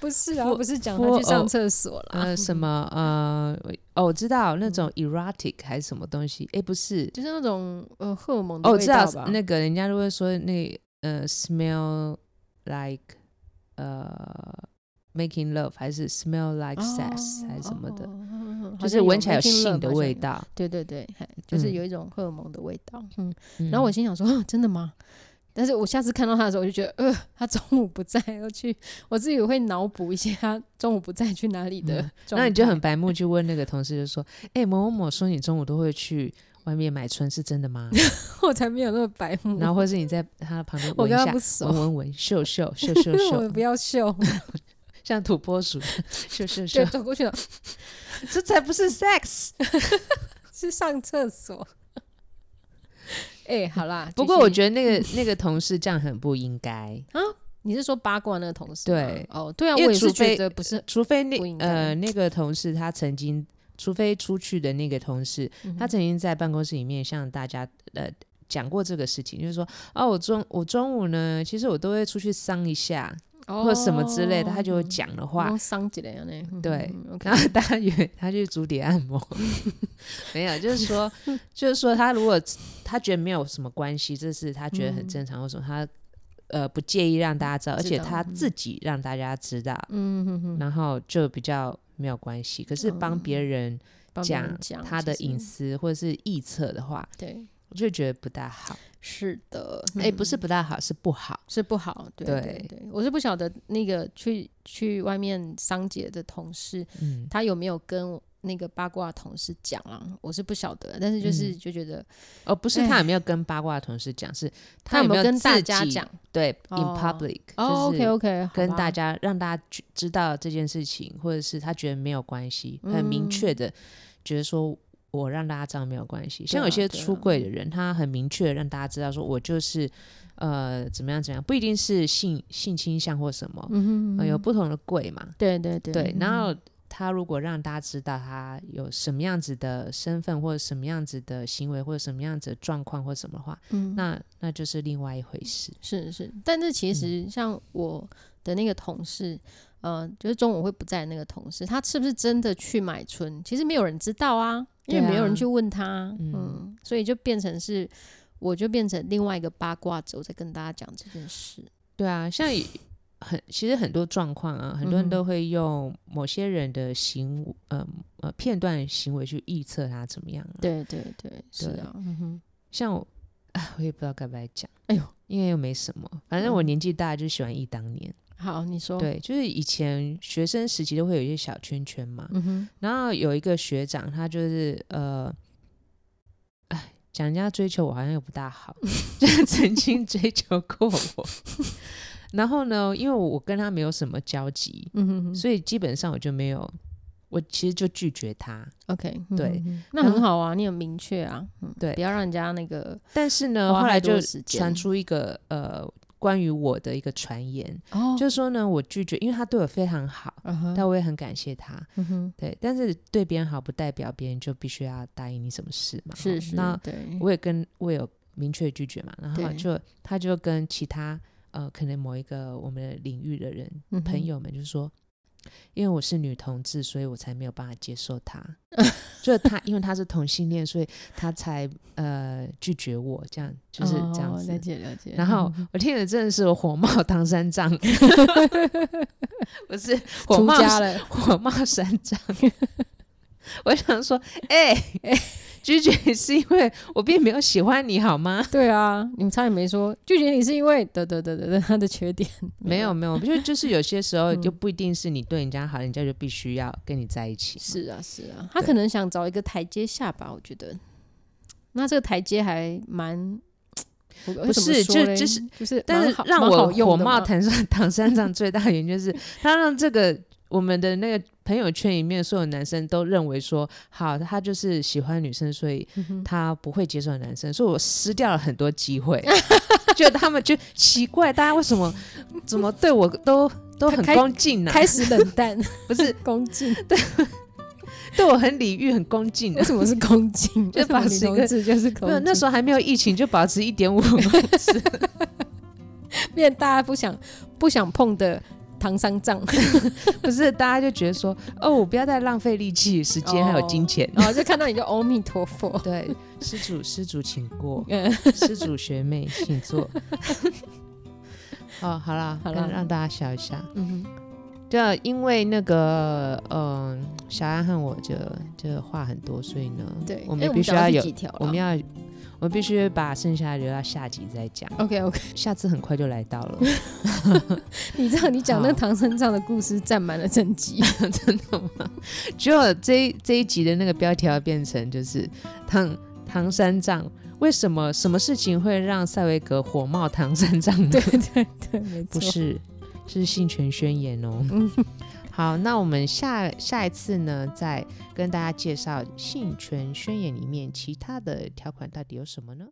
Speaker 2: 不是啊，
Speaker 3: For-
Speaker 2: 不是讲
Speaker 3: for-
Speaker 2: 他去上厕所啦，
Speaker 3: 呃，什么呃，哦，我知道那种
Speaker 2: 嗯
Speaker 3: erotic 还是什么东西？哎、不是，
Speaker 2: 就是那种呃荷尔蒙的
Speaker 3: 哦，我
Speaker 2: 味
Speaker 3: 知
Speaker 2: 道
Speaker 3: 道
Speaker 2: 吧？
Speaker 3: 那个人家都会说那呃，smell like 呃 making love 还是 smell like sex、还是什么的，
Speaker 2: 哦，哦哦
Speaker 3: 就是闻起来有
Speaker 2: 好像
Speaker 3: 性的
Speaker 2: making love，
Speaker 3: 味
Speaker 2: 好像有
Speaker 3: 道。
Speaker 2: 对对对，嘿就是
Speaker 3: 嗯
Speaker 2: 有一种荷尔蒙的味道。嗯，
Speaker 3: 嗯
Speaker 2: 然后我心想说，哦真的吗？但是我下次看到他的时候，我就觉得，呃，他中午不在，要去，我自己会脑补一些他中午不在去哪里的
Speaker 3: 嗯
Speaker 2: 状态、
Speaker 3: 那你就很白目去问那个同事，就说：“哎、某某某说你中午都会去外面买春，是真的吗？”
Speaker 2: 我才没有那么白目。
Speaker 3: 然后或是你在他的旁边
Speaker 2: 嗯我
Speaker 3: 闻一
Speaker 2: 跟他
Speaker 3: 下
Speaker 2: 不，熟
Speaker 3: 闻，闻闻，嗅嗅嗅 嗅
Speaker 2: 我
Speaker 3: 嗅
Speaker 2: 不，要 秀，
Speaker 3: 像土 拨鼠，嗅嗅嗅
Speaker 2: 对，，走过去了，
Speaker 3: 这才不是 sex。
Speaker 2: 是上厕所。哎、好啦，
Speaker 3: 不过我
Speaker 2: 得
Speaker 3: 觉得 那个那个同事这样很不应该。
Speaker 2: 你是说八卦那个同事吗，
Speaker 3: 对
Speaker 2: 哦，对啊，
Speaker 3: 因为
Speaker 2: 我也是
Speaker 3: 除
Speaker 2: 觉
Speaker 3: 非
Speaker 2: 得不是，
Speaker 3: 除非那
Speaker 2: 不应该
Speaker 3: 呃那个同事他曾经，除非出去的那个同事，
Speaker 2: 嗯
Speaker 3: 他曾经在办公室里面向大家呃讲过这个事情，就是说啊我中我中午呢，其实我都会出去桑一下、
Speaker 2: 哦
Speaker 3: 或什么之类的，他就会讲的话。
Speaker 2: 我伤几样呢？嗯
Speaker 3: 对
Speaker 2: 嗯嗯，OK
Speaker 3: 然后大家以为他去足底按摩， 没有，就是说，就是说，他如果他觉得没有什么关系，这是他觉得很正常，或者他呃不介意让大家知道，而
Speaker 2: 嗯知
Speaker 3: 且
Speaker 2: 道
Speaker 3: 他
Speaker 2: 嗯
Speaker 3: 自己让大家知道，
Speaker 2: 嗯哼哼，
Speaker 3: 然后就比较没有关系。可是帮别人
Speaker 2: 帮别人
Speaker 3: 讲
Speaker 2: 讲
Speaker 3: 他的
Speaker 2: 其实
Speaker 3: 隐私或者是臆测的话，
Speaker 2: 对，
Speaker 3: 我就觉得不大好。
Speaker 2: 是的，嗯
Speaker 3: 哎、不是不大好，是不好。
Speaker 2: 是不好，对
Speaker 3: 对
Speaker 2: 对对，我是不晓得那个去去外面桑姐的同事，
Speaker 3: 嗯，
Speaker 2: 他有没有跟那个八卦同事讲啊？我是不晓得，但是
Speaker 3: 嗯
Speaker 2: 就是就觉得
Speaker 3: 哦，不是
Speaker 2: 哎
Speaker 3: 他有没有跟八卦同事讲，是
Speaker 2: 他有
Speaker 3: 没
Speaker 2: 没有跟大
Speaker 3: 自
Speaker 2: 家
Speaker 3: 己
Speaker 2: 讲？
Speaker 3: 对、in
Speaker 2: 哦
Speaker 3: public，、
Speaker 2: 哦
Speaker 3: 就是
Speaker 2: ，OK OK，
Speaker 3: 跟大
Speaker 2: 家
Speaker 3: 家让大家知知道这件事情，或者是他觉得没有关系，很明
Speaker 2: 嗯
Speaker 3: 确的觉得说。我让大家知道没有关系，像有
Speaker 2: 对啊
Speaker 3: 些
Speaker 2: 对啊
Speaker 3: 出柜的人，他很明确地让大家知道，说我就是呃怎么样怎么样，不一定是性性倾向或什么，
Speaker 2: 嗯
Speaker 3: 呃
Speaker 2: 哼，
Speaker 3: 有不同的柜嘛，
Speaker 2: 对对对嗯
Speaker 3: 对。然后他如果让大家知道他有什么样子的身份，或者什么样子的行为，或者什么样子的状况或什么的话，
Speaker 2: 嗯
Speaker 3: 那那就是另外一回事。
Speaker 2: 是是，但是
Speaker 3: 嗯
Speaker 2: 其实像我的那个同事，呃，就是中午会不在的那个同事，他是不是真的去买春？其实没有人知道啊，因为
Speaker 3: 对
Speaker 2: 没有人
Speaker 3: 啊
Speaker 2: 去问他啊，
Speaker 3: 嗯
Speaker 2: 嗯所以就变成是，我就变成另外一个八卦者，我在跟大家讲这件事。
Speaker 3: 对啊，像以很其实很多状况啊，很多
Speaker 2: 嗯哼
Speaker 3: 人都会用某些人的行为呃呃片段行为去臆测他怎么样、啊。，
Speaker 2: 对对对，是
Speaker 3: 对
Speaker 2: 啊，嗯哼，
Speaker 3: 像我啊，我也不知道该不该讲。
Speaker 2: 哎呦，
Speaker 3: 因为又没什么，反正我
Speaker 2: 嗯哦
Speaker 3: 年纪大就喜欢忆当年。
Speaker 2: 好，你说，，
Speaker 3: 对，就是以前学生时期都会有一些小圈圈嘛，
Speaker 2: 嗯哼，
Speaker 3: 然后有一个学长，他就是呃，哎，讲人家追求我好像又不大好， 就是曾经追求过我。然后呢，因为我跟他没有什么交集，
Speaker 2: 嗯哼哼
Speaker 3: 所以基本上我就没有，我其实就拒绝他。
Speaker 2: ，OK，嗯
Speaker 3: 对
Speaker 2: 哼哼那
Speaker 3: 然
Speaker 2: 很
Speaker 3: 后
Speaker 2: 好啊，你很明确啊，嗯，
Speaker 3: 对
Speaker 2: 不要让人家那个，
Speaker 3: 但是呢，
Speaker 2: 花
Speaker 3: 后
Speaker 2: 太
Speaker 3: 来
Speaker 2: 多
Speaker 3: 就
Speaker 2: 时间
Speaker 3: 传出一个呃关于我的一个传言，
Speaker 2: 哦，
Speaker 3: 就说呢，我拒绝，因为他对我非常好，
Speaker 2: 嗯哼，
Speaker 3: 但我也很感谢他。
Speaker 2: 嗯哼，
Speaker 3: 对，但是对别人好不代表别人就必须要答应你什么事嘛。
Speaker 2: 是
Speaker 3: 哦
Speaker 2: 是，
Speaker 3: 那
Speaker 2: 对，
Speaker 3: 我也跟我有明确拒绝嘛，然后
Speaker 2: 嗯对
Speaker 3: 就他就跟其他呃可能某一个我们的领域的人、
Speaker 2: 嗯哼
Speaker 3: 朋友们就说，因为我是女同志，所以我才没有办法接受 他。就他，因为他是同性恋，所以他才呃拒绝我，这样就是这样
Speaker 2: 哦
Speaker 3: 子。
Speaker 2: 了解了解。嗯
Speaker 3: 然后我听了真的是火冒 唐三藏，不是火
Speaker 2: 出
Speaker 3: 冒
Speaker 2: 家了，
Speaker 3: 火冒三丈。 我想说，哎、拒绝是因为我并没有喜欢你好吗？
Speaker 2: 对 啊，你们差点没说拒绝你是因为得得得得得他的缺点，
Speaker 3: 没有没有，我觉得就是有些时候就不一定是你对人家好，人家就必须要跟你在一 起。
Speaker 2: 是啊是啊，他
Speaker 3: 对
Speaker 2: 可能想找一个台阶下吧，我觉得。那这个台阶还蛮我
Speaker 3: 不是
Speaker 2: 怎么说
Speaker 3: 就
Speaker 2: 嘞
Speaker 3: 就是
Speaker 2: 就是
Speaker 3: 但
Speaker 2: 蛮
Speaker 3: 是
Speaker 2: 好
Speaker 3: 让
Speaker 2: 蛮
Speaker 3: 我
Speaker 2: 好用
Speaker 3: 火
Speaker 2: 的
Speaker 3: 冒
Speaker 2: 嘛
Speaker 3: 唐 三唐三藏最大的原因就是，他让这个我们的那个朋友圈里面所有男生都认为说，好，他就是喜欢女生，所以
Speaker 2: 嗯
Speaker 3: 他不会接受男生，所以我失掉了很多机会。 就他们就奇怪，大家为什么怎么对我都都很
Speaker 2: 开
Speaker 3: 恭敬呢、
Speaker 2: 开始冷淡
Speaker 3: 不是
Speaker 2: 恭 敬，
Speaker 3: 对我很礼遇、很恭敬的
Speaker 2: 为。什么是恭敬？
Speaker 3: 就
Speaker 2: 为什么
Speaker 3: 保持
Speaker 2: 女
Speaker 3: 一个
Speaker 2: 同志就是恭
Speaker 3: 没有，
Speaker 2: 敬。
Speaker 3: 那时候还没有疫情，就保持一点五
Speaker 2: 变大家不想不想碰的唐三藏，
Speaker 3: 不是大家就觉得说，哦，我不要再浪费力气、时间还有金钱。
Speaker 2: 然后就看到你就阿弥陀 佛。，
Speaker 3: 对，施主，施主请过
Speaker 2: 嗯，
Speaker 3: 施主学妹请坐。 哦，好啦，
Speaker 2: 好
Speaker 3: 跟
Speaker 2: 啦
Speaker 3: 让大家笑一下。
Speaker 2: 嗯
Speaker 3: 对啊，因为那个，嗯、小安和我就就话很多，所以呢，
Speaker 2: 对，
Speaker 3: 我
Speaker 2: 哎
Speaker 3: 们必须
Speaker 2: 讲到第
Speaker 3: 有，
Speaker 2: 几条了
Speaker 3: 我们要，我们必须把剩下的留到下集再讲。
Speaker 2: OK OK，
Speaker 3: 下次很快就来到了，
Speaker 2: 你知道你讲那
Speaker 3: 好
Speaker 2: 唐三藏的故事占满了整集，
Speaker 3: 真的吗？只有这一这一集的那个标题要变成就是唐唐三藏。为什么什么事情会让塞维格火冒唐三藏呢？
Speaker 2: 对对对，没
Speaker 3: 不
Speaker 2: 错。嗯
Speaker 3: 是，是性权宣言哦。 好，那我们下下一次呢，再跟大家介绍性权宣言里面其他的条款到底有什么呢？